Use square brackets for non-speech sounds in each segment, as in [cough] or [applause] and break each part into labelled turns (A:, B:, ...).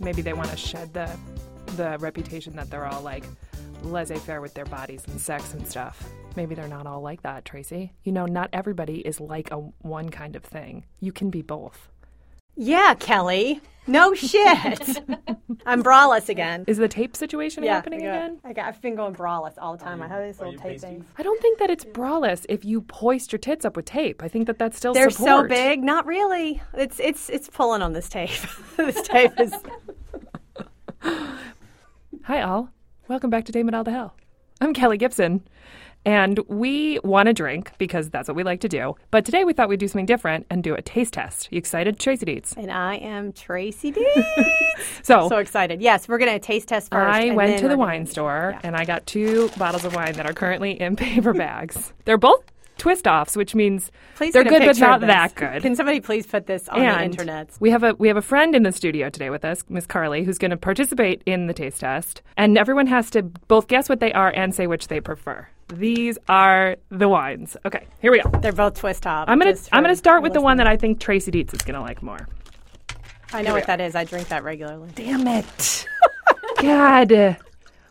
A: maybe they want to shed the the reputation that they're all like laissez-faire with their bodies and sex and stuff. Maybe they're not all like that, Tracy. You know, not everybody is like a one kind of thing. You can be both.
B: Yeah, Kelly.
A: [laughs]
B: No shit. I'm braless again.
A: Is the tape situation
B: yeah,
A: happening
B: I got-
A: again?
B: I got, I've been going braless all the time. I have these
C: are
B: little
C: you
B: tape
C: pasty?
B: things.
A: I don't think that it's braless if you hoist your tits up with tape. I think that that's still
B: They're so
A: support.
B: big. Not really. It's it's it's pulling on this tape. [laughs] this tape
A: [laughs]
B: is.
A: Hi, all. Welcome back to Dame It All to Hell. I'm Kelly Gibson, and we want to drink because that's what we like to do. But today we thought we'd do something different and do a taste test. You excited, Tracy Deets?
B: And I am Tracy D.
A: So,
B: so excited. Yes, we're going to taste test first.
A: Oh. I
B: and
A: went
B: then
A: to the
B: we're
A: wine store and I got two bottles of wine that are currently in [laughs] paper bags. They're both twist offs, which means
B: Please
A: they're
B: get a
A: good but
B: picture
A: not
B: of this.
A: that good.
B: Can somebody please put this on the
A: and
B: internet?
A: we have a we have a friend in the studio today with us, Miss Carly, who's going to participate in the taste test, and everyone has to both guess what they are and say which they prefer. These are the wines. Okay, here we go.
B: They're both twist top.
A: I'm gonna
B: just
A: I'm gonna
B: for
A: start with the
B: listeners.
A: one that I think Tracy Dietz is gonna like more.
B: I know what that is. I drink that regularly.
A: Damn it, God!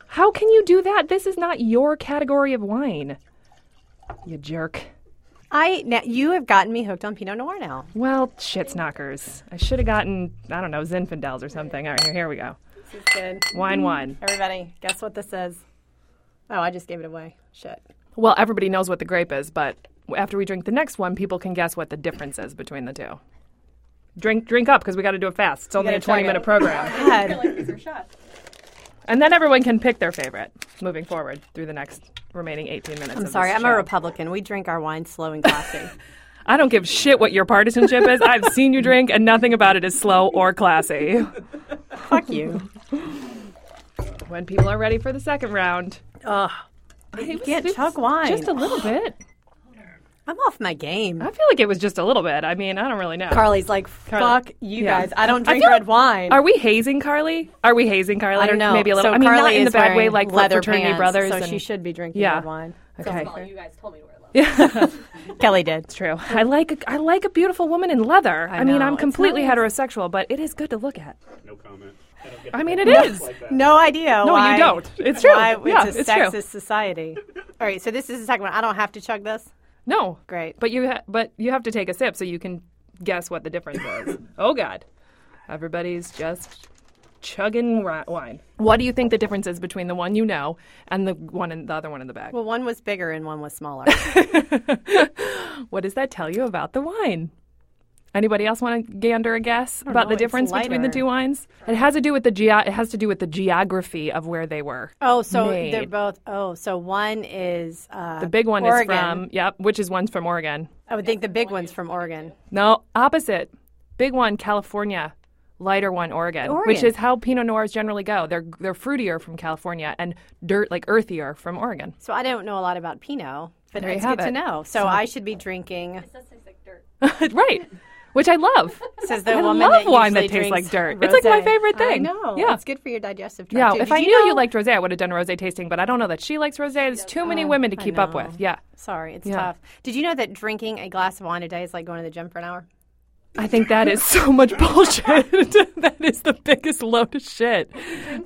A: How can you do that? This is not your category of wine. You jerk.
B: I now, you have gotten me hooked on Pinot Noir now.
A: Well, shits knockers. I should have gotten I don't know Zinfandels or something. All right, here here we go.
B: This is good.
A: Wine one.
B: Everybody, guess what this is? Oh, I just gave it away.
A: [laughs]
B: Shit.
A: Well, everybody knows what the grape is, but after we drink the next one, people can guess what the difference is between the two. Drink, drink up, because we got to do it fast. It's only
B: gotta
A: a twenty-minute
B: chug it.
A: program,
B: God.
A: and then everyone can pick their favorite moving forward through the next remaining eighteen minutes.
B: I'm sorry. I'm a Republican. We drink our wine slow
A: [laughs]
B: and classy.
A: I don't give shit what your partisanship is. [laughs] I've seen you drink, and nothing about it is slow or classy.
B: Fuck you.
A: When people are ready for the second round,
B: Ugh. You can't chug wine.
A: just a little bit.
B: I'm off my game.
A: I feel like it was just a little bit. I mean, I don't really know.
B: Carly's like, fuck you
A: Yeah.
B: guys. I don't
A: I
B: drink
A: feel
B: red
A: like-
B: wine.
A: Are we hazing Carly? Are we hazing Carly?
B: I don't know.
A: Maybe a little.
B: So
A: I mean, not
B: Carly
A: in the
B: is
A: bad way,
B: wearing
A: like
B: leather
A: for fraternity
B: pants,
A: brothers.
B: So
A: and,
B: she should be drinking
A: Yeah.
B: red wine.
A: Okay,
D: Well, you guys told me to wear leather.
B: Kelly did.
A: true. I like a, I like a beautiful woman in leather. I, mean,
B: know,
A: I'm
B: it's
A: completely
B: nice.
A: heterosexual, but it is good to look at.
C: No comment.
A: I mean, it is.
B: No idea.
A: No,
B: why-
A: you don't. It's true.
B: Why it's
A: yeah,
B: a
A: it's
B: sexist
A: true.
B: society. All right, so this is the second one. I don't have to chug this.
A: No,
B: Great.
A: But you ha- but you have to take a sip so you can guess what the difference
B: [laughs]
A: is. oh God, everybody's just chugging ri- wine. What do you think the difference is between the one you know and the one in the other one in the bag?
B: Well, one was bigger and one
A: [laughs]
B: was smaller.
A: What does that tell you about the wine? Anybody else want to gander a guess about
B: know,
A: the
B: it's
A: difference between the
B: lighter.
A: two wines? It has to do with the ge- it has to do with the geography of where they were.
B: Oh, so
A: Made.
B: they're both. Oh, so one is uh,
A: The big one
B: Oregon.
A: is from yep, which is one's from Oregon.
B: I would think the big one's from Oregon.
A: No, opposite. Big one California, lighter one Oregon, which
B: Oregon.
A: is how Pinot Noirs generally go. They're they're fruitier from California and dirt like earthier from
B: [laughs]
A: Oregon.
B: So I don't know a lot about Pinot, but
A: There you
B: it's
A: have
B: good to
A: it.
B: know. So, I should be drinking.
D: It does taste like dirt.
A: right. Which I
B: [laughs]
A: love.
B: Says the
A: I
B: woman
A: love
B: that
A: wine that
B: usually
A: tastes like
B: drinks
A: dirt. It's like my
B: rosé.
A: favorite
B: I
A: thing.
B: know.
A: Yeah.
B: it's good for your digestive tract.
A: Yeah,
B: too.
A: if
B: Did
A: I
B: you
A: knew
B: know?
A: you liked rosé, I would have done rosé tasting, but I don't know that she likes rosé. There's too many women to
B: I
A: keep up
B: know.
A: with. Yeah.
B: Sorry, it's
A: Yeah.
B: tough. Did you know that drinking a glass of wine a day is like going to the gym for
A: [laughs]
B: an hour?
A: I think that is so
B: [laughs]
A: much bullshit. [laughs] that is the biggest load of
B: [laughs]
A: shit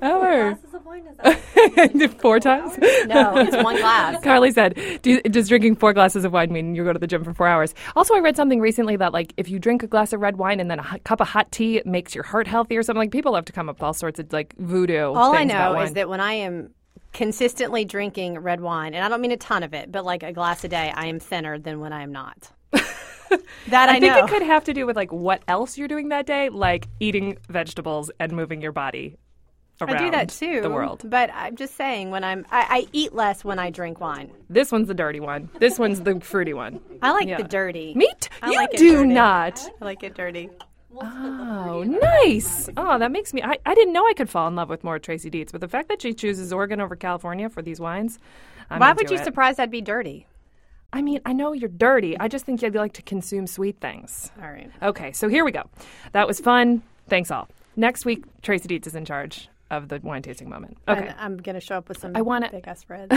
A: ever. [laughs]
D: Glasses of wine is that?
A: Four times?
B: No, it's one glass.
A: Carly said, Do you, "Does drinking four glasses of wine mean you go to the gym for four hours?" Also, I read something recently that like if you drink a glass of red wine and then a hot, cup of hot tea, it makes your heart healthy or something. Like people have to come up with all sorts of like voodoo.
B: All I
A: things about
B: know is
A: wine.
B: that when I am consistently drinking red wine, and I don't mean a ton of it, but like a glass a day, I am thinner than when I am [laughs] not. that I,
A: I think
B: know.
A: it could have to do with like what else you're doing that day, like eating vegetables and moving your body around
B: I do that too.
A: the world.
B: But I'm just saying, when I'm, I, I eat less when I drink wine.
A: This one's the dirty one. This one's the fruity one.
B: I like
A: Yeah.
B: the dirty.
A: Meat?
B: I
A: you
B: like it
A: do
B: dirty.
A: not.
B: I like it dirty.
A: Oh, nice. Oh, that makes me. I, I didn't know I could fall in love with more Tracy Dietz, but the fact that she chooses Oregon over California for these wines. I'm
B: Why
A: into
B: would you
A: it.
B: surprise I'd be dirty?
A: I mean, I know you're dirty. I just think you like to consume sweet things.
B: All right.
A: Okay, so here we go. That was fun. Thanks all. Next week, Tracy Dietz is in charge. of the wine tasting moment.
B: And
A: Okay.
B: I'm going to show up with some
A: I wanna-
B: big ass red.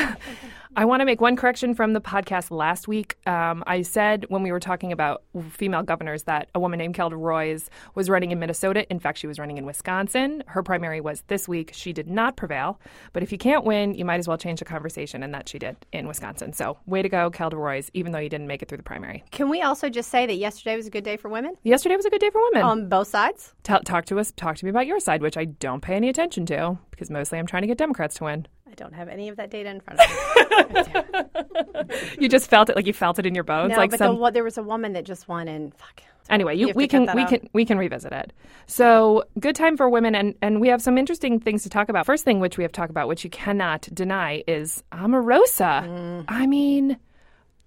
A: I want to make one correction from the podcast last week. Um, I said when we were talking about female governors that a woman named Kelda Royce was running in Minnesota. In fact, she was running in Wisconsin. Her primary was this week. She did not prevail. But if you can't win, you might as well change the conversation, and that she did in Wisconsin. So, way to go, Kelda Royce, even though you didn't make it through the primary.
B: [laughs] Can we also just say that yesterday was a good day for women
A: Yesterday was a good day for women.
B: on both sides?
A: Tell talk to us. Talk to me about your side, which I don't pay any attention to because mostly I'm trying to get Democrats to win.
B: I don't have any of that data in front [laughs] of me.
A: You just felt it, like you felt it in your bones,
B: No,
A: like
B: but
A: some
B: the, what, there was a woman that just won, and fuck.
A: anyway you,
B: have
A: we
B: to cut
A: can
B: that
A: we
B: out.
A: can we can revisit it so good time for women and and we have some interesting things to talk about first thing which we have to talk about which you cannot deny is amorosa i mean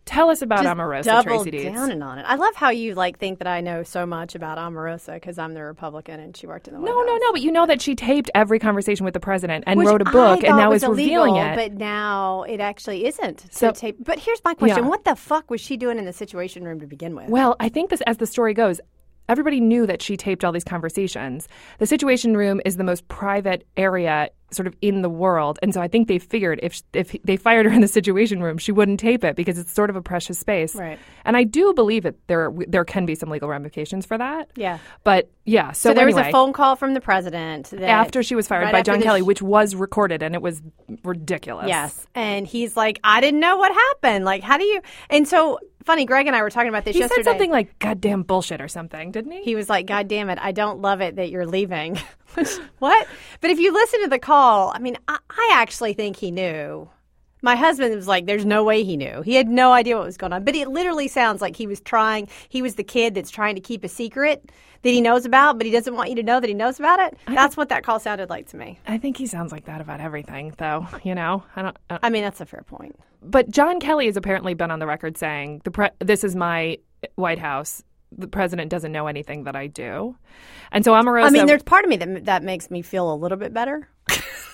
A: tell us about amorosa
B: Mm. Double
A: tracy Deeds.
B: down and on it. I love how you like think that I know so much about Omarosa because I'm the Republican and she worked in the White
A: no no
B: House.
A: no but you know that she taped every conversation with the president and
B: Which
A: wrote a
B: I
A: book and
B: thought
A: now
B: was
A: is revealing
B: illegal,
A: it
B: But now it actually isn't. So,
A: So-
B: tape. But here's my question:
A: Yeah.
B: What the fuck was she doing in the Situation Room to begin with?
A: Well, I think this, as the story goes, everybody knew that she taped all these conversations. The Situation Room is the most private area, sort of in the world, and so I think they figured if if they fired her in the Situation Room, she wouldn't tape it because it's sort of a precious space.
B: Right.
A: And I do believe that there there can be some legal ramifications for that.
B: Yeah.
A: But yeah, so,
B: so there
A: anyway,
B: was a phone call from the president that,
A: after she was fired
B: right
A: by
B: after
A: John
B: the
A: Kelly,
B: sh-
A: which was recorded, and it was ridiculous.
B: Yes, and he's like, I didn't know what happened. Like, how do you? And so funny. Greg and I were talking about this
A: He
B: yesterday.
A: said something like "goddamn bullshit" or something, didn't he?
B: he was like, God damn it, I don't love it that you're leaving. [laughs] what? But if you listen to the call, I mean, I, I actually think he knew. My husband was like, there's no way he knew. He had no idea what was going on. But it literally sounds like he was trying, he was the kid that's trying to keep a secret that he knows about, but he doesn't want you to know that he knows about it. That's what that call sounded like to me.
A: I think he sounds like that about everything, though. You know, I don't. I
B: I mean, that's a fair point.
A: but John Kelly has apparently been on the record saying the pre- this is my White House. The president doesn't know anything that I do, and so Omarosa.
B: I mean, there's part of me that that makes me feel a little bit better.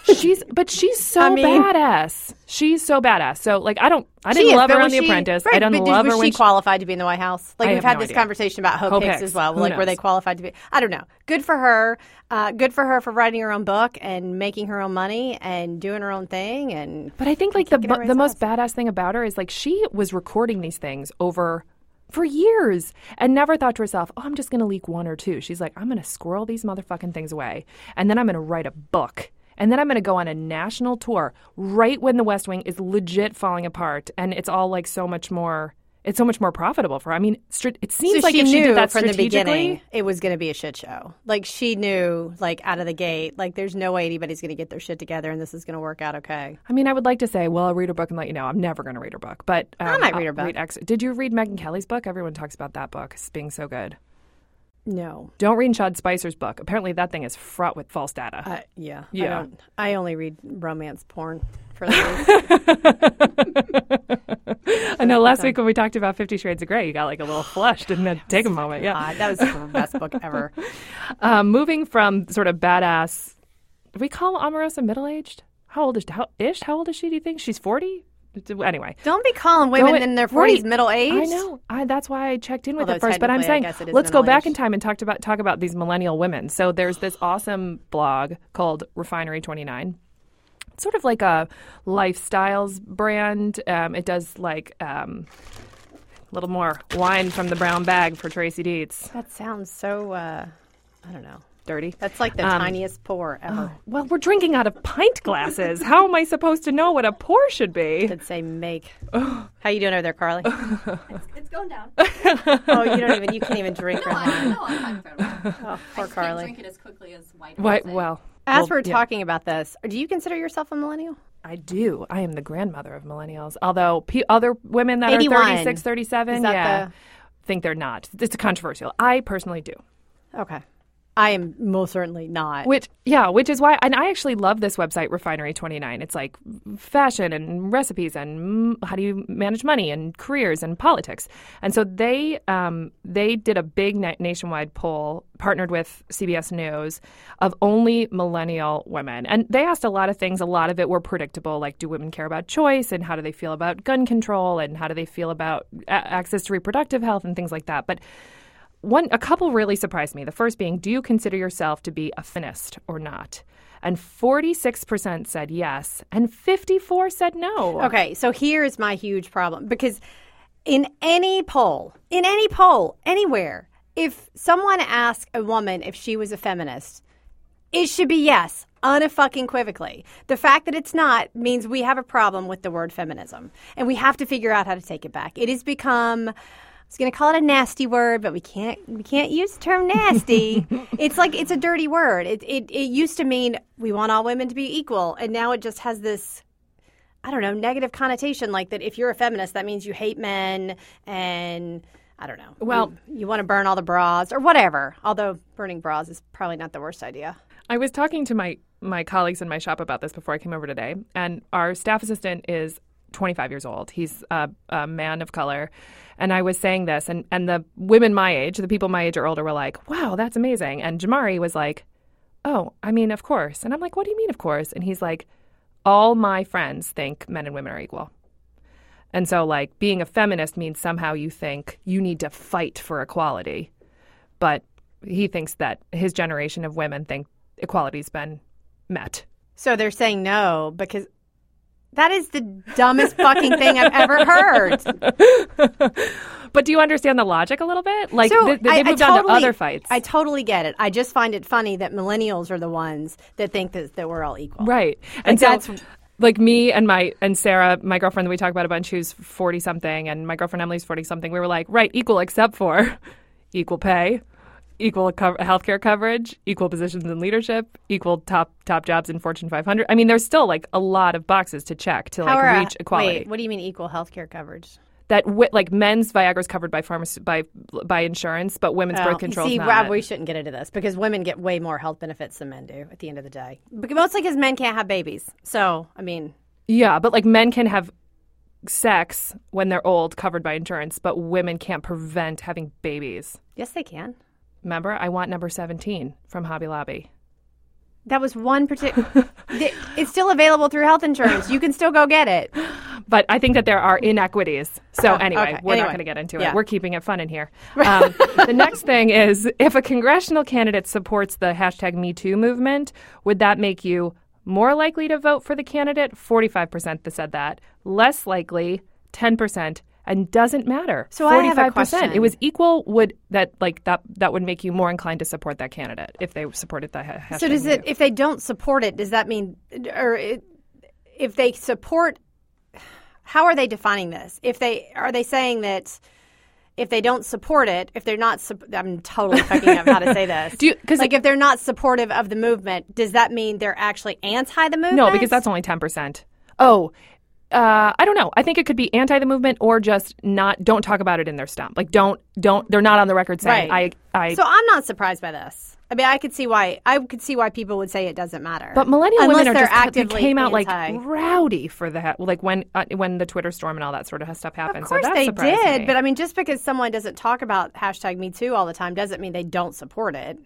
A: [laughs] she's but she's so
B: I mean-
A: badass. She's so badass. So like I don't I
B: She
A: didn't
B: is,
A: love
B: but
A: her on
B: was
A: The
B: she-
A: Apprentice. I
B: right,
A: don't
B: but did-
A: love
B: was
A: her
B: she
A: when she,
B: qualified to be in the White House. Like
A: I
B: we've
A: have
B: had
A: no
B: this
A: idea.
B: conversation about Hope,
A: Hope
B: Hicks,
A: Hicks.
B: as well.
A: Who
B: like were
A: knows?
B: they qualified to be? I don't know. Good for her. Uh, good for her for writing her own book and making her own money and doing her own thing. And
A: But I think like the bu-
B: raise
A: the most badass thing about her is like she was recording these things over for years and never thought to herself, "Oh, I'm just going to leak one or two. She's like, "I'm going to squirrel these motherfucking things away, and then I'm going to write a book." And then I'm going to go on a national tour right when the West Wing is legit falling apart, and it's all like so much more. It's so much more profitable for. her. I mean, str- it seems
B: so
A: like
B: she
A: if
B: knew
A: she did that
B: from the
A: strategically,
B: beginning it was going to be a shit show. Like she knew, like out of the gate, like there's no way anybody's going to get their shit together and this is going to work out okay.
A: I mean, I would like to say, well, I'll read her book and let you know. I'm never going to read her book, but um, I
B: might read her book.
A: Did you read Megan Kelly's book? Everyone talks about that book as being so good.
B: No.
A: Don't read Shad Spicer's book. Apparently, that thing is fraught with false data.
B: I, yeah. I,
A: Yeah.
B: don't, I only read romance porn for
A: [laughs]
B: those. Uh,
A: I know last week when we talked about Fifty Shades of Grey, you got like a
B: [gasps]
A: little flush, didn't it? Take a moment. Yeah.
B: God, that was the best book ever.
A: Um, moving from sort of badass, do we call Omarosa middle aged? How old is how, ish? How old is she? Do you think she's forty? Anyway,
B: Don't be calling
A: Go
B: women
A: it-
B: in their
A: right.
B: forties middle aged.
A: I know. I, that's why I checked in with
B: Although
A: it first. But I'm
B: technically, I
A: saying
B: guess it is
A: let's go back
B: middle-aged.
A: in time and talk about talk about these millennial women. So there's
B: [sighs]
A: this awesome blog called Refinery 29. It's sort of like a lifestyles brand. Um, it does like um, a little more wine from the brown bag for Tracy Dietz.
B: That sounds so. Uh, I don't know.
A: Dirty.
B: That's like the tiniest pour ever.
A: Well, we're drinking out of pint
B: [laughs]
A: glasses. How am I supposed to know what a pour should be?
B: Could say make. [laughs] How you doing over there, Carly?
D: It's, it's going down.
B: [laughs]
A: [laughs]
B: oh, you don't even. You can't even drink
D: No,
B: right
D: I
B: now.
D: know. I'm not throwing
A: [laughs]
B: Oh,
D: it.
B: poor
D: I just can't
B: Carly.
D: drink it as quickly as white.
A: Why,
D: Classic.
A: well,
B: As
A: well,
B: we're
A: yeah.
B: talking about this, do you consider yourself a millennial?
A: I do. I am the grandmother of millennials. Although pe- other women that
B: 81.
A: are 36, 37,
B: Is that
A: yeah,
B: the-
A: think they're not. It's controversial. I personally do.
B: Okay. I am most certainly not.
A: Which, yeah, which is why, and I actually love this website, Refinery29. It's like fashion and recipes and mm, how do you manage money and careers and politics. And so they um, they did a big na- nationwide poll, partnered with CBS News, of only millennial women. And they asked a lot of things. A lot of it were predictable, like do women care about choice and how do they feel about gun control and how do they feel about a- access to reproductive health and things like that. But one a couple really surprised me the first being do you consider yourself to be a finist or not And 46% said yes, and 54 said no.
B: Okay, so here is my huge problem because in any poll, in any poll, anywhere, if someone asked a woman if she was a feminist, it should be yes, unfucking equivocally. The fact that it's not means we have a problem with the word feminism, and we have to figure out how to take it back. It has become. I was going to call it a nasty word, but we can't we can't use the term nasty. it's like it's a dirty word. It, it it used to mean we want all women to be equal, and now it just has this I don't know, negative connotation like that if you're a feminist, that means you hate men and I don't know.
A: Well-
B: you, you want to burn all the bras or whatever. Although burning bras is probably not the worst idea.
A: I was talking to my my colleagues in my shop about this before I came over today, and our staff assistant is 25 years old. He's a, a man of color, and I was saying this, and and the women my age, the people my age or older, were like, "Wow, that's amazing," and Jamari was like, "Oh, I mean, of course," and I'm like, "What do you mean, of course?" And he's like, "All my friends think men and women are equal." And so, like, being a feminist means somehow you think you need to fight for equality but he thinks that his generation of women think equality's been met.
B: So they're saying no because that is the dumbest fucking thing I've
A: [laughs]
B: ever heard.
A: But do you understand the logic a little bit? Like
B: So
A: th- th- they moved on to other fights,
B: I totally get it. I just find it funny that millennials are the ones that think that, that we're all equal.
A: right? And
B: Like,
A: so,
B: that's-
A: like me and my and Sarah, my girlfriend that we talk about a bunch, who's forty something, and my girlfriend Emily's forty something. We were like, right, equal except for [laughs] equal pay, equal co- healthcare coverage, equal positions in leadership, equal top top jobs in Fortune 500. I mean, there's still like a lot of boxes to check to like
B: How are-
A: reach equality.
B: Wait, what do you mean equal health care coverage?
A: that wi- like men's Viagra is covered by pharmac- by by insurance, but women's
B: Well,
A: birth control
B: Oh, Um, See,
A: is not.
B: Rob, we shouldn't get into this because women get way more health benefits than men do at the end of the day. But mostly because men can't have babies. So, I mean,
A: yeah, but like men can have sex when they're old, covered by insurance, but women can't prevent having babies.
B: yes, they can.
A: Remember, I want number seventeen from Hobby Lobby.
B: That was
A: [laughs]
B: one particular. it's still available through health insurance. You can still go get it.
A: But I think that there are inequities. So
B: Okay,
A: anyway,
B: Uh, okay,
A: we're not
B: anyway.
A: going to get into
B: Yeah.
A: it. We're keeping it fun in
B: [laughs]
A: here. Um, the next thing is, if a congressional candidate supports the hashtag Me Too movement, would that make you more likely to vote for the candidate? Forty-five percent that said that. Less likely, ten percent. And doesn't matter.
B: So I have a
A: It was
B: question.
A: equal. Would that like that? That would make you more inclined to support that candidate if they supported the ha- hashtag.
B: So, does
A: Me
B: it,
A: Too.
B: if they don't support it, does that mean, or it, if they support, how are they defining this? If they, are they saying that if they don't support it, if they're not, sup- I'm totally fucking up how to say this.
A: [laughs] Do you- 'cause
B: like if they're not supportive of the movement, does that mean they're actually anti the movement?
A: No, because that's only 10%. Oh, uh, I don't know. I think it could be anti the movement or just not don't talk about it in their stump. Like don't don't they're not on the record saying
B: Right.
A: I I
B: so. I'm not surprised by this. I mean, I could see why I could see why people would say it doesn't matter.
A: but millennial
B: Unless
A: women are
B: they're
A: just
B: actively
A: they came out
B: anti.
A: like rowdy for that like when uh, when the Twitter storm and all that sort of stuff happened.
B: Of course
A: so that
B: they
A: surprised
B: did,
A: me.
B: but I mean, just because someone doesn't talk about hashtag Me Too all the time doesn't mean they don't support it.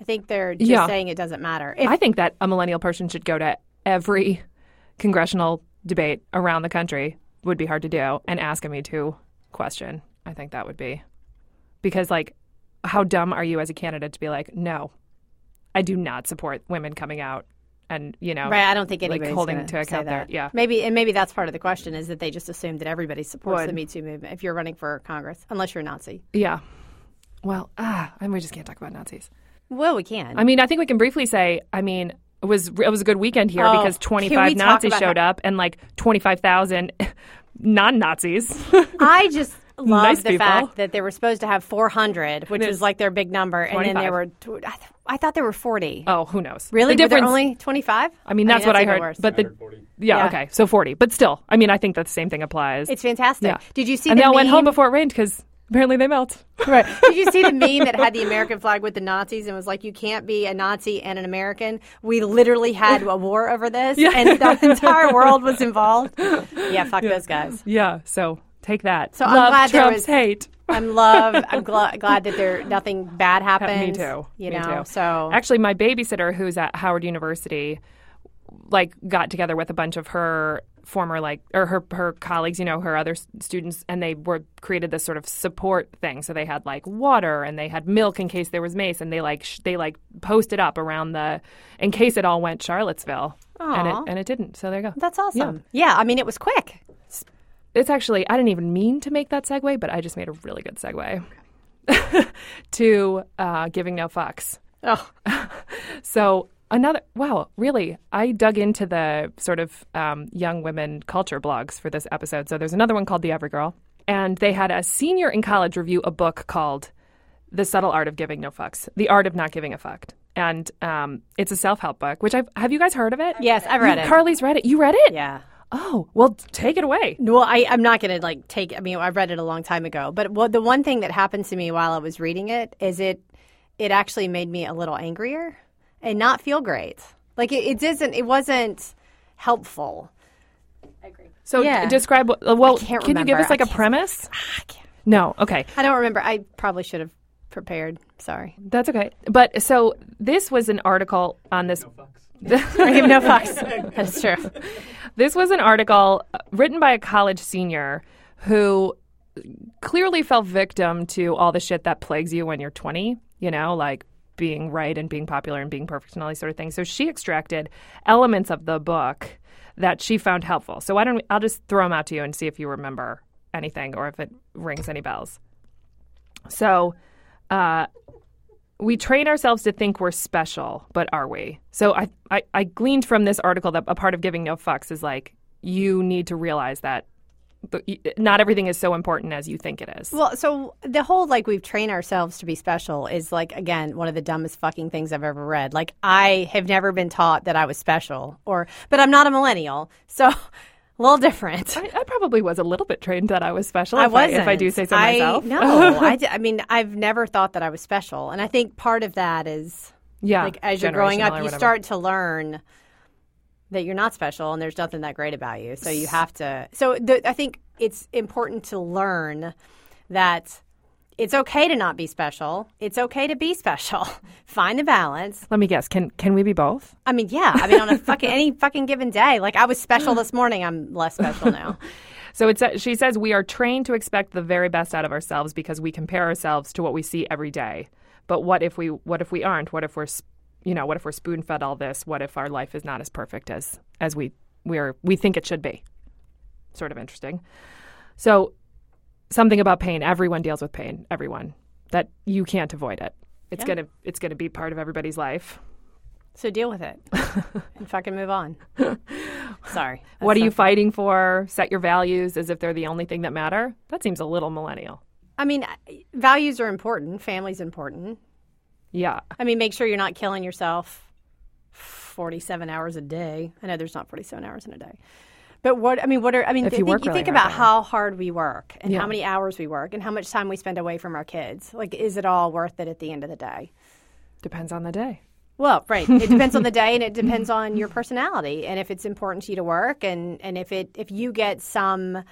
B: I think they're just
A: Yeah.
B: saying it doesn't matter. If,
A: I think that a millennial person should go to every congressional debate around the country would be hard to do and ask a me too question. I think that would be because like how dumb are you as a candidate to be like, no, I do not support women coming out and you know
B: right, I don't think anybody's
A: holding
B: gonna
A: to account
B: say
A: their-
B: that.
A: yeah.
B: maybe and maybe that's part of the question is that they just assume that everybody supports
A: Would.
B: the Me Too movement if you're running for Congress, unless you're a Nazi.
A: yeah. Well, ah, and we just can't talk about Nazis.
B: Well, we can.
A: I mean, I think we can briefly say, I mean, it was it was a good weekend here
B: Oh,
A: because
B: can we
A: 25
B: talk
A: Nazis
B: about
A: showed up and like 25,000 [laughs] non-Nazis.
B: I just love
A: [laughs] Nice
B: the
A: people.
B: fact that they were supposed to have 400, which was like their big number, and then there were. tw- I, th- I thought there were 40.
A: oh, who knows?
B: really?
A: The
B: Were there
A: difference
B: only 25?
A: I mean, that's what I
B: even
A: heard.
B: worse.
A: But the yeah,
B: Yeah.
A: okay, so forty, but still, I mean, I think that the same thing applies.
B: it's fantastic.
A: Yeah.
B: Did you see?
A: and
B: the
A: they all went home
B: meme?
A: before it rained because apparently they melt.
B: Right. Did you see the meme that had the American flag with the Nazis and was like, you can't be a Nazi and an American? We literally had a war over this, and the entire world was involved. Yeah, fuck those guys.
A: Yeah, so take that.
B: So I'm
A: love
B: glad there
A: Trump's
B: was-
A: hate.
B: I'm love. I'm gl- glad that there nothing bad happened.
A: Uh, Me too.
B: You
A: Me
B: know,
A: too.
B: so
A: actually, my babysitter who's at Howard University, like, got together with a bunch of her former like or her her colleagues, you know, her other s- students, and they were created this sort of support thing. So they had like water and they had milk in case there was mace, and they like sh- they like posted up around the in case it all went Charlottesville, and
B: Aw.
A: it and it didn't. So there you go.
B: That's awesome. Yeah. I mean, it was quick.
A: It's actually, I didn't even mean to make that segue, but I just made a really good segue [laughs] to uh, giving no fucks.
B: Oh,
A: So, another, wow, really, I dug into the sort of um, young women culture blogs for this episode. So, there's another one called The Every Girl, and they had a senior in college review a book called The Subtle Art of Giving No Fucks, The Art of Not Giving a Fuck. And um, it's a self help book, which I've, have you guys heard of it?
B: yes, I've read
A: You-
B: it.
A: Carly's read it. You read it?
B: yeah.
A: Oh, well, take it away.
B: Well, I, I'm not going to like take. I mean, I read it a long time ago, but what, the one thing that happened to me while I was reading it is it it actually made me a little angrier and not feel great. Like it, it doesn't. It wasn't helpful.
D: I agree.
A: So
B: Yeah.
A: d- describe. what- Well,
B: can't
A: can you give
B: remember.
A: us like
B: I
A: a
B: can't-
A: premise?
B: [sighs]
A: No. Okay,
B: I don't remember. I probably should have prepared. Sorry. [laughs]
A: that's okay. But so this was an article on this.
B: I give no fucks. That's true.
A: This was an article uh, written by a college senior who clearly fell victim to all the shit that plagues you when you're 20. You know, like being right and being popular and being perfect and all these sort of things. So she extracted elements of the book that she found helpful. So why don't I'll just throw them out to you and see if you remember anything or if it rings any bells. So, uh, we train ourselves to think we're special, but are we? So I, I, I gleaned from this article that a part of giving no fucks is like you need to realize that but y- not everything is so important as you think it is.
B: Well, so the whole like we've trained ourselves to be special is like again one of the dumbest fucking things I've ever read. Like I have never been taught that I was special, or but I'm not a millennial, so [laughs] a little different.
A: I, I probably was a little bit trained that I was special.
B: I
A: if I,
B: wasn't.
A: if I do say so
B: I-
A: myself.
B: no, I, d- I mean I've never thought that I was special, and I think part of that is
A: [laughs] yeah.
B: like as you're growing
A: Ah, generational
B: up,
A: or
B: you
A: whatever.
B: start to learn that you're not special and there's nothing that great about you. So you have to. So the, I think it's important to learn that it's okay to not be special. It's okay to be [laughs] special. Find the balance.
A: Let me guess. Can can we be both?
B: I mean, yeah. I mean, on
A: [laughs]
B: a fucking any fucking given day, like I was special this morning. I'm less special now.
A: So it's, she says we are trained to expect the very best out of ourselves because we compare ourselves to what we see every day. But what if we what if we aren't? What if we're s- you know what if we're spoon fed all this? What if our life is not as perfect as as we we're we think it should be? Sort of interesting. So something about pain. Everyone deals with pain. Everyone that you can't avoid it. It's gonna it's gonna be part of everybody's life.
B: So deal
A: [laughs]
B: with it and fucking move on. Sorry.
A: what are you fighting for? Set your values as if they're the only thing that matter. That seems a little millennial.
B: I mean, I- values are important. Family's important.
A: Yeah.
B: I mean, make sure you're not killing yourself 47 hours a day. I know there's not 47 hours in a day. But what I mean, what are I mean?
A: If
B: th-
A: you
B: think,
A: work really
B: think
A: hard,
B: about
A: though.
B: how hard we work and
A: Yeah.
B: how many hours we work and how much time we spend away from our kids. Like, is it all worth it at the end of the day?
A: Depends on the day.
B: Well,
A: [laughs]
B: right. It depends on the day and it depends on your personality and if it's important to you to work and and if it if you get some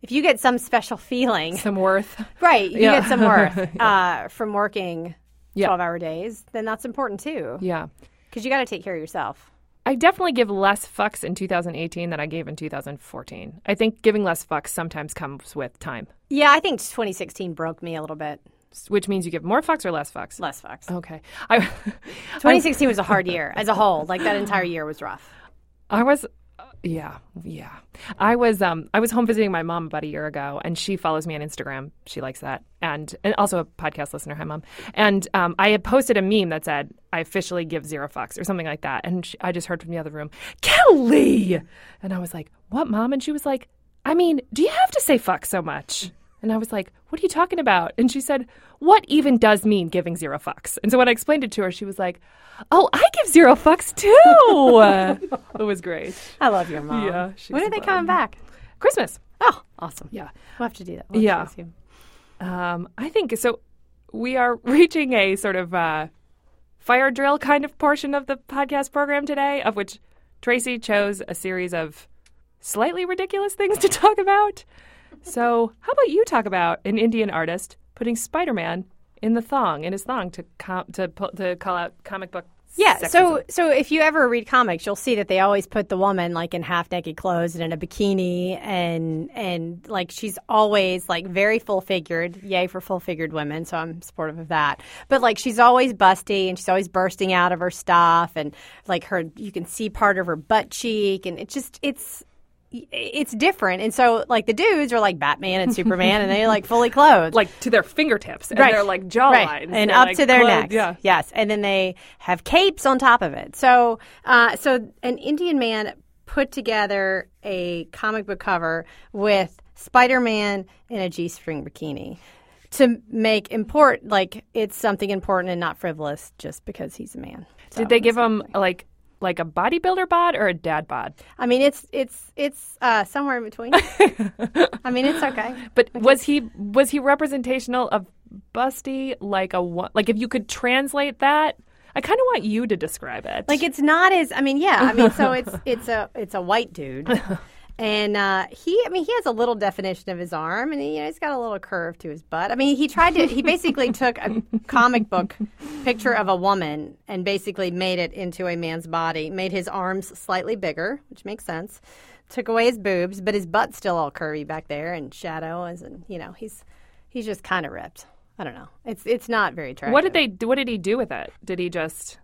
B: if you get some special
A: [laughs]
B: feeling
A: Some worth.
B: Right.
A: [laughs]
B: You
A: Yeah.
B: get some worth uh, from working
A: Yeah.
B: 12 hour days, then that's important too.
A: Yeah.
B: Because you got to take care of yourself.
A: I definitely give less fucks in 2018 than I gave in 2014. I think giving less fucks sometimes comes with time,
B: Yeah, I think 2016 broke me a little bit.
A: s- which means you give more fucks or less fucks.
B: Less fucks.
A: Okay. I, [laughs]
B: 2016 was a hard year as a whole. Like that entire year was rough.
A: I was, uh, yeah, yeah. I was, um, I was home visiting my mom about a year ago, and she follows me on Instagram. She likes that, and and also a podcast listener. Hi, mom. And um, I had posted a meme that said, "I officially give zero fucks" or something like that. And she, I just heard from the other room, Kelly, and I was like, "What, mom?" And she was like, "I mean, do you have to say fuck so much?" And I was like, "What are you talking about?" And she said, "What even does mean giving zero fucks?" And so when I explained it to her, she was like, "Oh, I give zero fucks too." it was great.
B: I love your mom.
A: Yeah, she's
B: when are they
A: the
B: coming back?
A: Christmas.
B: Oh, awesome.
A: Yeah.
B: We'll have to do that. We'll have to
A: Yeah.
B: ask you.
A: Um, I think so. We are [laughs] reaching a sort of uh, fire drill kind of portion of the podcast program today, of which Tracy chose a series of slightly ridiculous things to [laughs] talk about. So, how about you talk about an Indian artist putting Spider Man in the thong in his thong to com- to pu- to call out comic book
B: Yeah, so
A: sexism.
B: so if you ever read comics, you'll see that they always put the woman like in half naked clothes and in a bikini and and like she's always like very full figured. Yay for full figured women, so I'm supportive of that. But like she's always busty and she's always bursting out of her stuff and like her you can see part of her butt cheek and it just it's it's different. And so like the dudes are like Batman and Superman and they're like fully clothed.
A: like to their fingertips and
B: Right.
A: their like jawlines
B: Right. and
A: They're,
B: up
A: like,
B: to their
A: clothed-
B: necks.
A: Yeah,
B: Yes, and then they have capes on top of it. So, uh, so an Indian man put together a comic book cover with Spider-Man in a g-string bikini to make import like it's something important and not frivolous just because he's a man. So,
A: Did they give him like like a bodybuilder bod or a dad bod?
B: I mean, it's it's it's uh, somewhere
A: [laughs]
B: in between. I mean, it's okay.
A: But was he was he representational of busty like a wo- like if you could translate that? I kind of want you to describe it.
B: Like it's not as I mean, yeah. I mean,
A: [laughs]
B: so it's it's a it's a white dude. And uh, he, I mean, he has a little definition of his arm, and he, you know, he's got a little curve to his butt. I mean, he tried to.
A: [laughs]
B: He basically took a comic book picture of a woman and basically made it into a man's body. Made his arms slightly bigger, which makes sense. Took away his boobs, but his butt's still all curvy back there, and shadow is, and you know, he's he's just kind of ripped. I don't know. It's it's not very attractive.
A: what did they do? What did he do with it? Did he just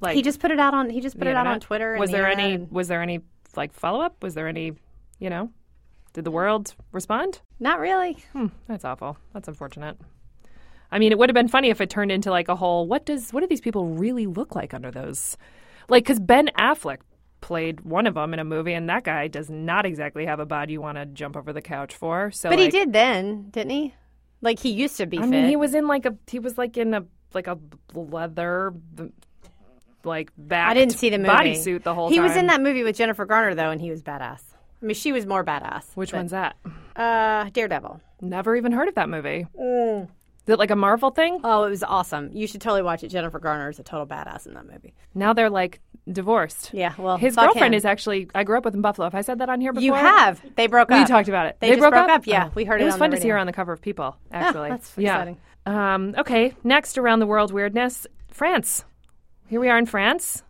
A: like
B: He just put it out on. He just put
A: the
B: it out on
A: internet?
B: Twitter. and
A: Was
B: the
A: there
B: internet
A: any
B: and-
A: was there any like follow up? Was there any you know? Did the world respond?
B: Not really.
A: Hmm, that's awful. That's unfortunate. I mean, it would have been funny if it turned into like a whole what does what do these people really look like under those? Like cuz Ben Affleck played one of them in a movie and that guy does not exactly have a bod you want to jump over the couch for. So
B: But he
A: like,
B: did then, didn't he? Like he used to be
A: I
B: fit.
A: mean, he was in like a he was like in a like a leather like back
B: I didn't see the movie.
A: bodysuit the whole
B: He
A: time.
B: was in that movie with Jennifer Garner though, and he was badass. I mean, she was more badass.
A: Which one's that?
B: Uh, Daredevil.
A: Never even heard of that movie.
B: Mm.
A: Is it like a Marvel thing?
B: Oh, it was awesome. You should totally watch it. Jennifer Garner is a total badass in that movie.
A: Now they're like divorced.
B: Yeah, well,
A: His
B: fuck
A: girlfriend
B: him.
A: is actually. I grew up with in Buffalo. Have I said that on here before?
B: You have. They broke
A: We
B: up.
A: talked about it.
B: They just broke up? Yeah, we heard it
A: It was
B: on the
A: fun to see
B: radio.
A: her on the cover of
B: [laughs]
A: People. Actually,
B: that's
A: yeah.
B: exciting.
A: Um, okay, next around the world weirdness, France. Here we are in France.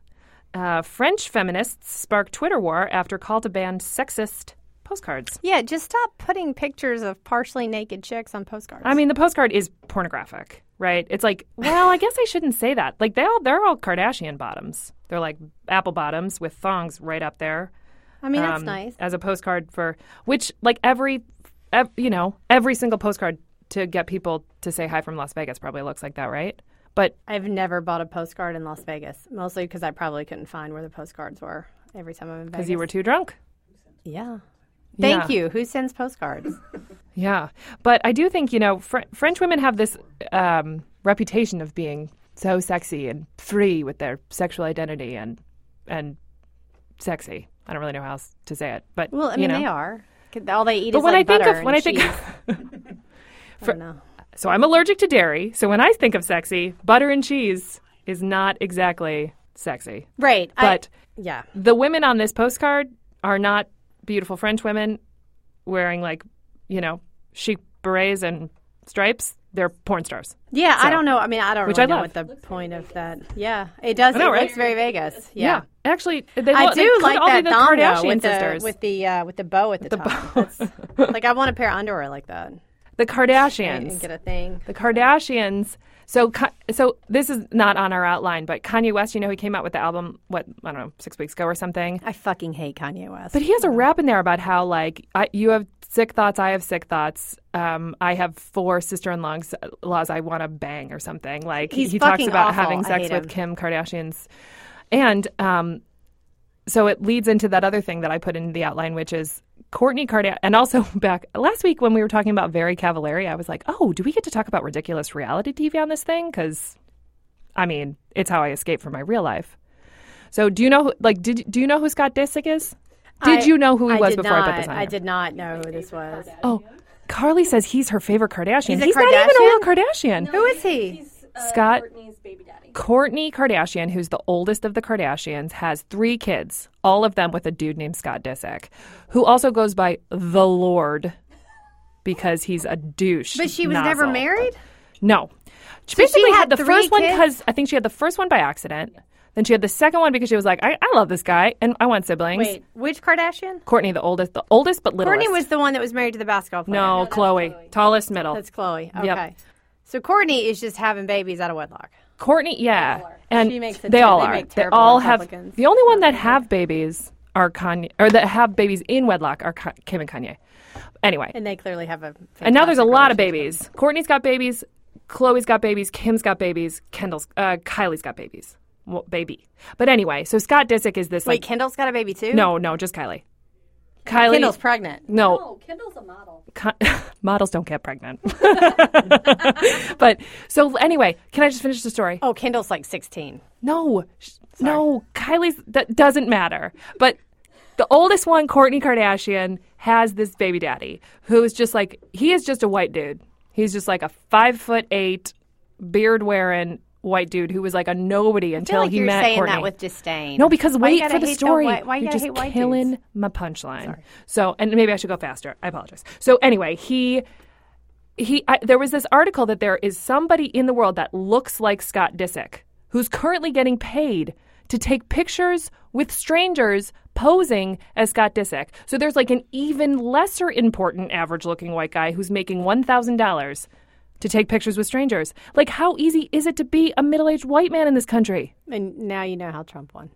A: Uh, French feminists spark Twitter war after call to ban sexist postcards.
B: Yeah, just stop putting pictures of partially naked chicks on postcards.
A: I mean, the postcard is pornographic, right? It's like, well, I guess I shouldn't say that. Like they all they're all Kardashian bottoms. They're like apple bottoms with thongs right up there.
B: I mean that's
A: um,
B: nice.
A: as a postcard for which like every ev- you know every single postcard to get people to say hi from las vegas probably looks like that right but
B: I've never bought a postcard in Las Vegas, mostly because I probably couldn't find where the postcards were every time I'm in Vegas.
A: because you were too drunk
B: Yeah. Thank
A: Yeah.
B: you. Who sends postcards?
A: yeah but i do think you know Fr- french women have this um, reputation of being so sexy and free with their sexual identity and and sexy i don't really know how else to say it but
B: Well, I
A: you
B: mean,
A: know.
B: they are. 'Cause All they eat
A: but
B: is
A: when
B: like
A: i think
B: butter
A: of when i
B: and
A: think
B: cheese. I don't know.
A: [laughs] So I'm allergic to dairy. So when I think of sexy, butter and cheese is not exactly sexy.
B: Right. I-
A: But
B: yeah.
A: the women on this postcard are not beautiful French women wearing like, you know, chic berets and stripes. They're porn stars.
B: Yeah, I don't know. I mean, I don't
A: Which
B: really
A: I
B: know
A: love.
B: what the point of that. Yeah, it does.
A: know,
B: it
A: right?
B: looks very Vegas. Yeah.
A: Actually, they,
B: I
A: look- they
B: do
A: could
B: like
A: all
B: that
A: be the
B: thong though,
A: Kardashian
B: with
A: sisters.
B: the with the uh, with the bow at the, top. That's- like I want a pair of underwear like that
A: [laughs] the
B: and
A: Kardashians.
B: get a thing.
A: The Kardashians. So, Ka- so this is not on our outline, but Kanye West, you know, he came out with the album, what, I don't know, six weeks ago or something.
B: I fucking hate Kanye West.
A: But he has a rap in there about how like I, you have sick thoughts, I have sick thoughts. Um, I have four sister-in-laws laws I want to bang or something. Like
B: He's
A: he talks
B: fucking
A: about
B: awful.
A: having
B: I
A: sex
B: hate
A: with Kim
B: him.
A: Kardashian's, and um, so it leads into that other thing that I put into the outline, which is Courtney Kardashian. And also [laughs] back last week when we were talking about Very Cavallari, I was like, oh, do we get to talk about ridiculous reality TV on this thing? Because I mean, it's how I escape from my real life. So do you know who- like did do you know who Scott Disick is? Did
B: I-
A: you know who he
B: I
A: was
B: did
A: before
B: not,
A: I put this on?
B: I
A: here?
B: did not know who this was.
A: Oh, Carly says he's her favorite Kardashian.
B: He's a
A: not even a real Kardashian.
D: No,
B: Who is
D: he's-
B: he?
D: He's uh,
A: Scott-
D: Courtney's baby daddy.
A: Courtney Kardashian, who's the oldest of the Kardashians, has three kids, all of them with a dude named Scott Disick, who also goes by the Lord because he's a douche.
B: But she was never
A: nozzle.
B: married.
A: No. She basically
B: she
A: had,
B: had
A: the
B: three
A: first one
B: kids?
A: because I think she had the first one by accident. Then she had the second one because she was like, I, I love this guy and I want siblings.
B: Wait, which Kardashian?
A: Courtney, the oldest, the oldest but littlest.
B: Courtney was the one that was married to the basketball player.
A: no,
D: that's
A: Chloe,
D: Chloe.
A: tallest, middle.
B: That's Chloe. Okay.
A: Yep.
B: So Courtney is just having babies out of wedlock.
A: Courtney, yeah,
D: all are.
A: and
B: She makes a
A: they
B: ter-
A: all
B: they
A: are.
B: make
A: they
B: terrible
A: all have.
B: Republicans.
A: The only one that have babies are Kanye, or that have babies in wedlock are Ka- Kim and Kanye. Anyway,
B: And they clearly have a
A: and now there's a
B: fantastic
A: lot of
B: relationship.
A: babies. Courtney's got babies. Chloe's got babies. Kim's got babies. Kendall's, uh, Kylie's got babies. Well, baby. But anyway, so Scott Disick is this
B: Wait,
A: like
B: Kendall's got a baby too?
A: no, no, just Kylie. Kylie,
B: Kendall's pregnant.
A: no,
D: Oh, Kendall's a model.
A: con- [laughs] models don't get pregnant. [laughs] but so anyway, can I just finish the story?
B: Oh, Kendall's like 16.
A: No, sh- no, Kylie's that doesn't matter. But the oldest one, Courtney Kardashian, has this baby daddy who's just like he is just a white dude. He's just like a five foot eight, beard wearing white dude who was like a nobody
B: I feel
A: until
B: like
A: he
B: you're
A: met
B: saying
A: Courtney.
B: that with disdain.
A: No, because
B: Why you
A: wait
B: gotta
A: for the
B: hate
A: story.
B: white- why you
A: You're
B: gotta hate
A: just
B: white
A: killing
B: dudes?
A: my punchline. So, and maybe I should go faster. I apologize. So, anyway, he he I, there was this article that there is somebody in the world that looks like Scott Disick who's currently getting paid to take pictures with strangers posing as Scott Disick. So there's like an even lesser important average looking white guy who's making $1,000 to take pictures with strangers. Like how easy is it to be a middle-aged white man in this country?
B: And now you know how Trump won.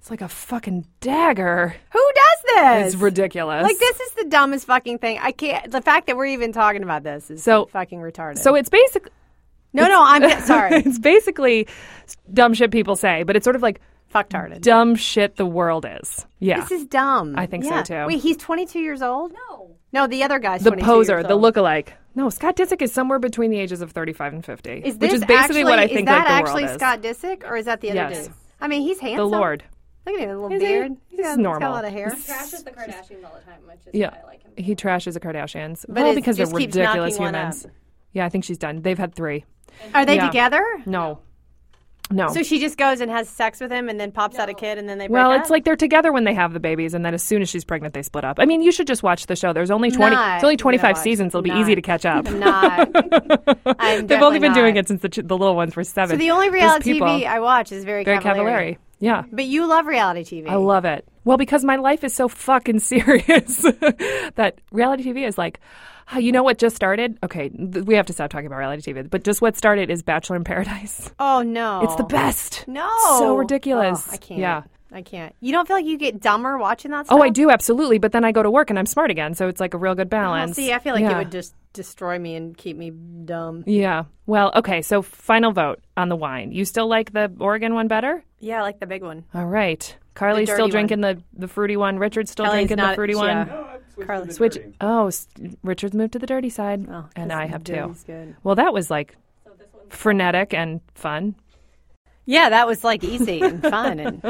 A: It's like a fucking dagger.
B: Who does this?
A: It's ridiculous.
B: Like this is the dumbest fucking thing. I can't. The fact that we're even talking about this is
A: So-
B: so fucking retarded.
A: So it's basically
B: no, no, I'm [laughs]
A: [laughs]
B: sorry,
A: it's basically dumb shit people say, but it's sort of like
B: fucktarded.
A: dumb shit the world is. Yeah.
B: This is dumb.
A: I think so,
B: Yeah.
A: too.
B: Wait, he's 22 years old.
D: No.
B: No, the other guy's
A: the
B: 22
A: poser,
B: years
A: the
B: old.
A: lookalike. No, Scott Disick is somewhere between the ages of 35 and 50,
B: Is this
A: which is basically
B: actually,
A: what I think
B: is that
A: like the
B: actually
A: world
B: Scott Disick or is that the other
A: Yes.
B: dude? I mean, he's handsome.
A: is. The Lord.
B: Look at him, a little
A: Is he?
B: beard.
A: He's
B: got, He's got
A: normal.
B: a lot of hair.
D: He trashes the Kardashians all the time, which is
A: Yeah.
D: why I like him.
A: He trashes the Kardashians.
B: But
A: well,
B: it
A: because they're
B: just keeps knocking
A: ridiculous
B: one
A: humans.
B: up.
A: Yeah, I think she's done. They've had three.
B: Are they
A: Yeah.
B: together?
A: No. No.
B: So she just goes and has sex with him and then pops out a kid and then they break
A: well,
B: up?
A: it's like they're together when they have the babies, and then as soon as she's pregnant, they split up. I mean, you should just watch the show. There's only twenty.
B: Not
A: it's only
B: gonna
A: twenty-five
B: watch.
A: seasons. It'll be
B: Not.
A: easy to catch
B: [laughs]
A: up. [laughs]
B: I'm not. I'm
A: They've only
B: definitely
A: been doing
B: not.
A: it since the, ch- the little ones were seven.
B: So the only
A: There's
B: reality
A: people-
B: TV I watch is very
A: Very
B: Cavallari.
A: Cavallari. Yeah.
B: But you love reality TV.
A: I love it. Well, because my life is so fucking [laughs] serious that reality TV is like, ah, you know what just started? Okay, th- we have to stop talking about reality TV, but just what started is Bachelor in Paradise.
B: oh no,
A: It's the best.
B: No,
A: So ridiculous.
B: Oh, I can't.
A: Yeah.
B: I can't. You don't feel like you get dumber watching that stuff?
A: Oh, I do absolutely, but then I go to work and I'm smart again, so it's like a real good balance.
B: Well, Oh, see, I feel like
A: yeah.
B: it would just destroy me and keep me dumb.
A: Yeah. Well, okay, so final vote on the wine. You still like the Oregon one better?
B: Yeah, I like the big one.
A: All right. Carly's still
B: dirty
A: drinking the, the fruity one. Richard's still
B: Kelly's
A: drinking the
B: not- uh,
A: fruity
B: yeah.
A: one.
C: No, I've switched to
B: Carly-
C: the
A: Switch.
C: dirty.
A: Oh, s- Richard's moved to the dirty side, and I have too.
B: Oh, Good.
A: Well, that was like
D: So this one's
A: frenetic and fun.
B: Yeah, that was like easy and fun,
A: [laughs]
B: and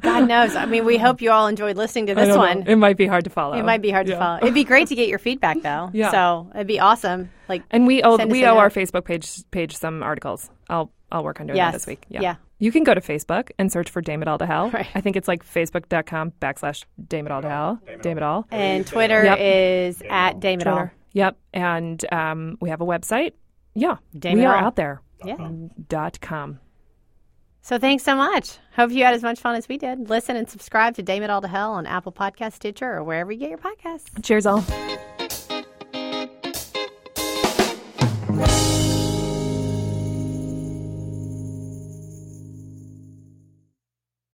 B: God knows. I mean, we hope you all enjoyed listening to this one.
A: It might be hard to follow.
B: It might be hard to follow. It'd be great to get
A: [laughs]
B: your feedback though.
A: Yeah.
B: So it'd be awesome. Like
A: And we owe
B: Send us
A: we
B: a
A: owe
B: note.
A: our Facebook page page some articles. I'll I'll work on doing
B: Yes.
A: that this week. Yeah.
B: Yeah.
A: You can go to Facebook and search for Dame It All to Hell.
B: Right.
A: I think it's like facebook.com backslash Dame It All to Hell. Dame It All.
B: and Twitter
A: Yep.
B: is at Dame It All.
A: Twitter. Yep. And um, we have a website. Yeah.
B: Dame
A: we
B: It
A: are
B: All.
A: out there.
B: Yeah.
A: Dot com.
B: So thanks so much. Hope you had as much fun as we did. Listen and subscribe to Dame It All to Hell on Apple Podcast, Stitcher, or wherever you get your podcasts.
A: Cheers all.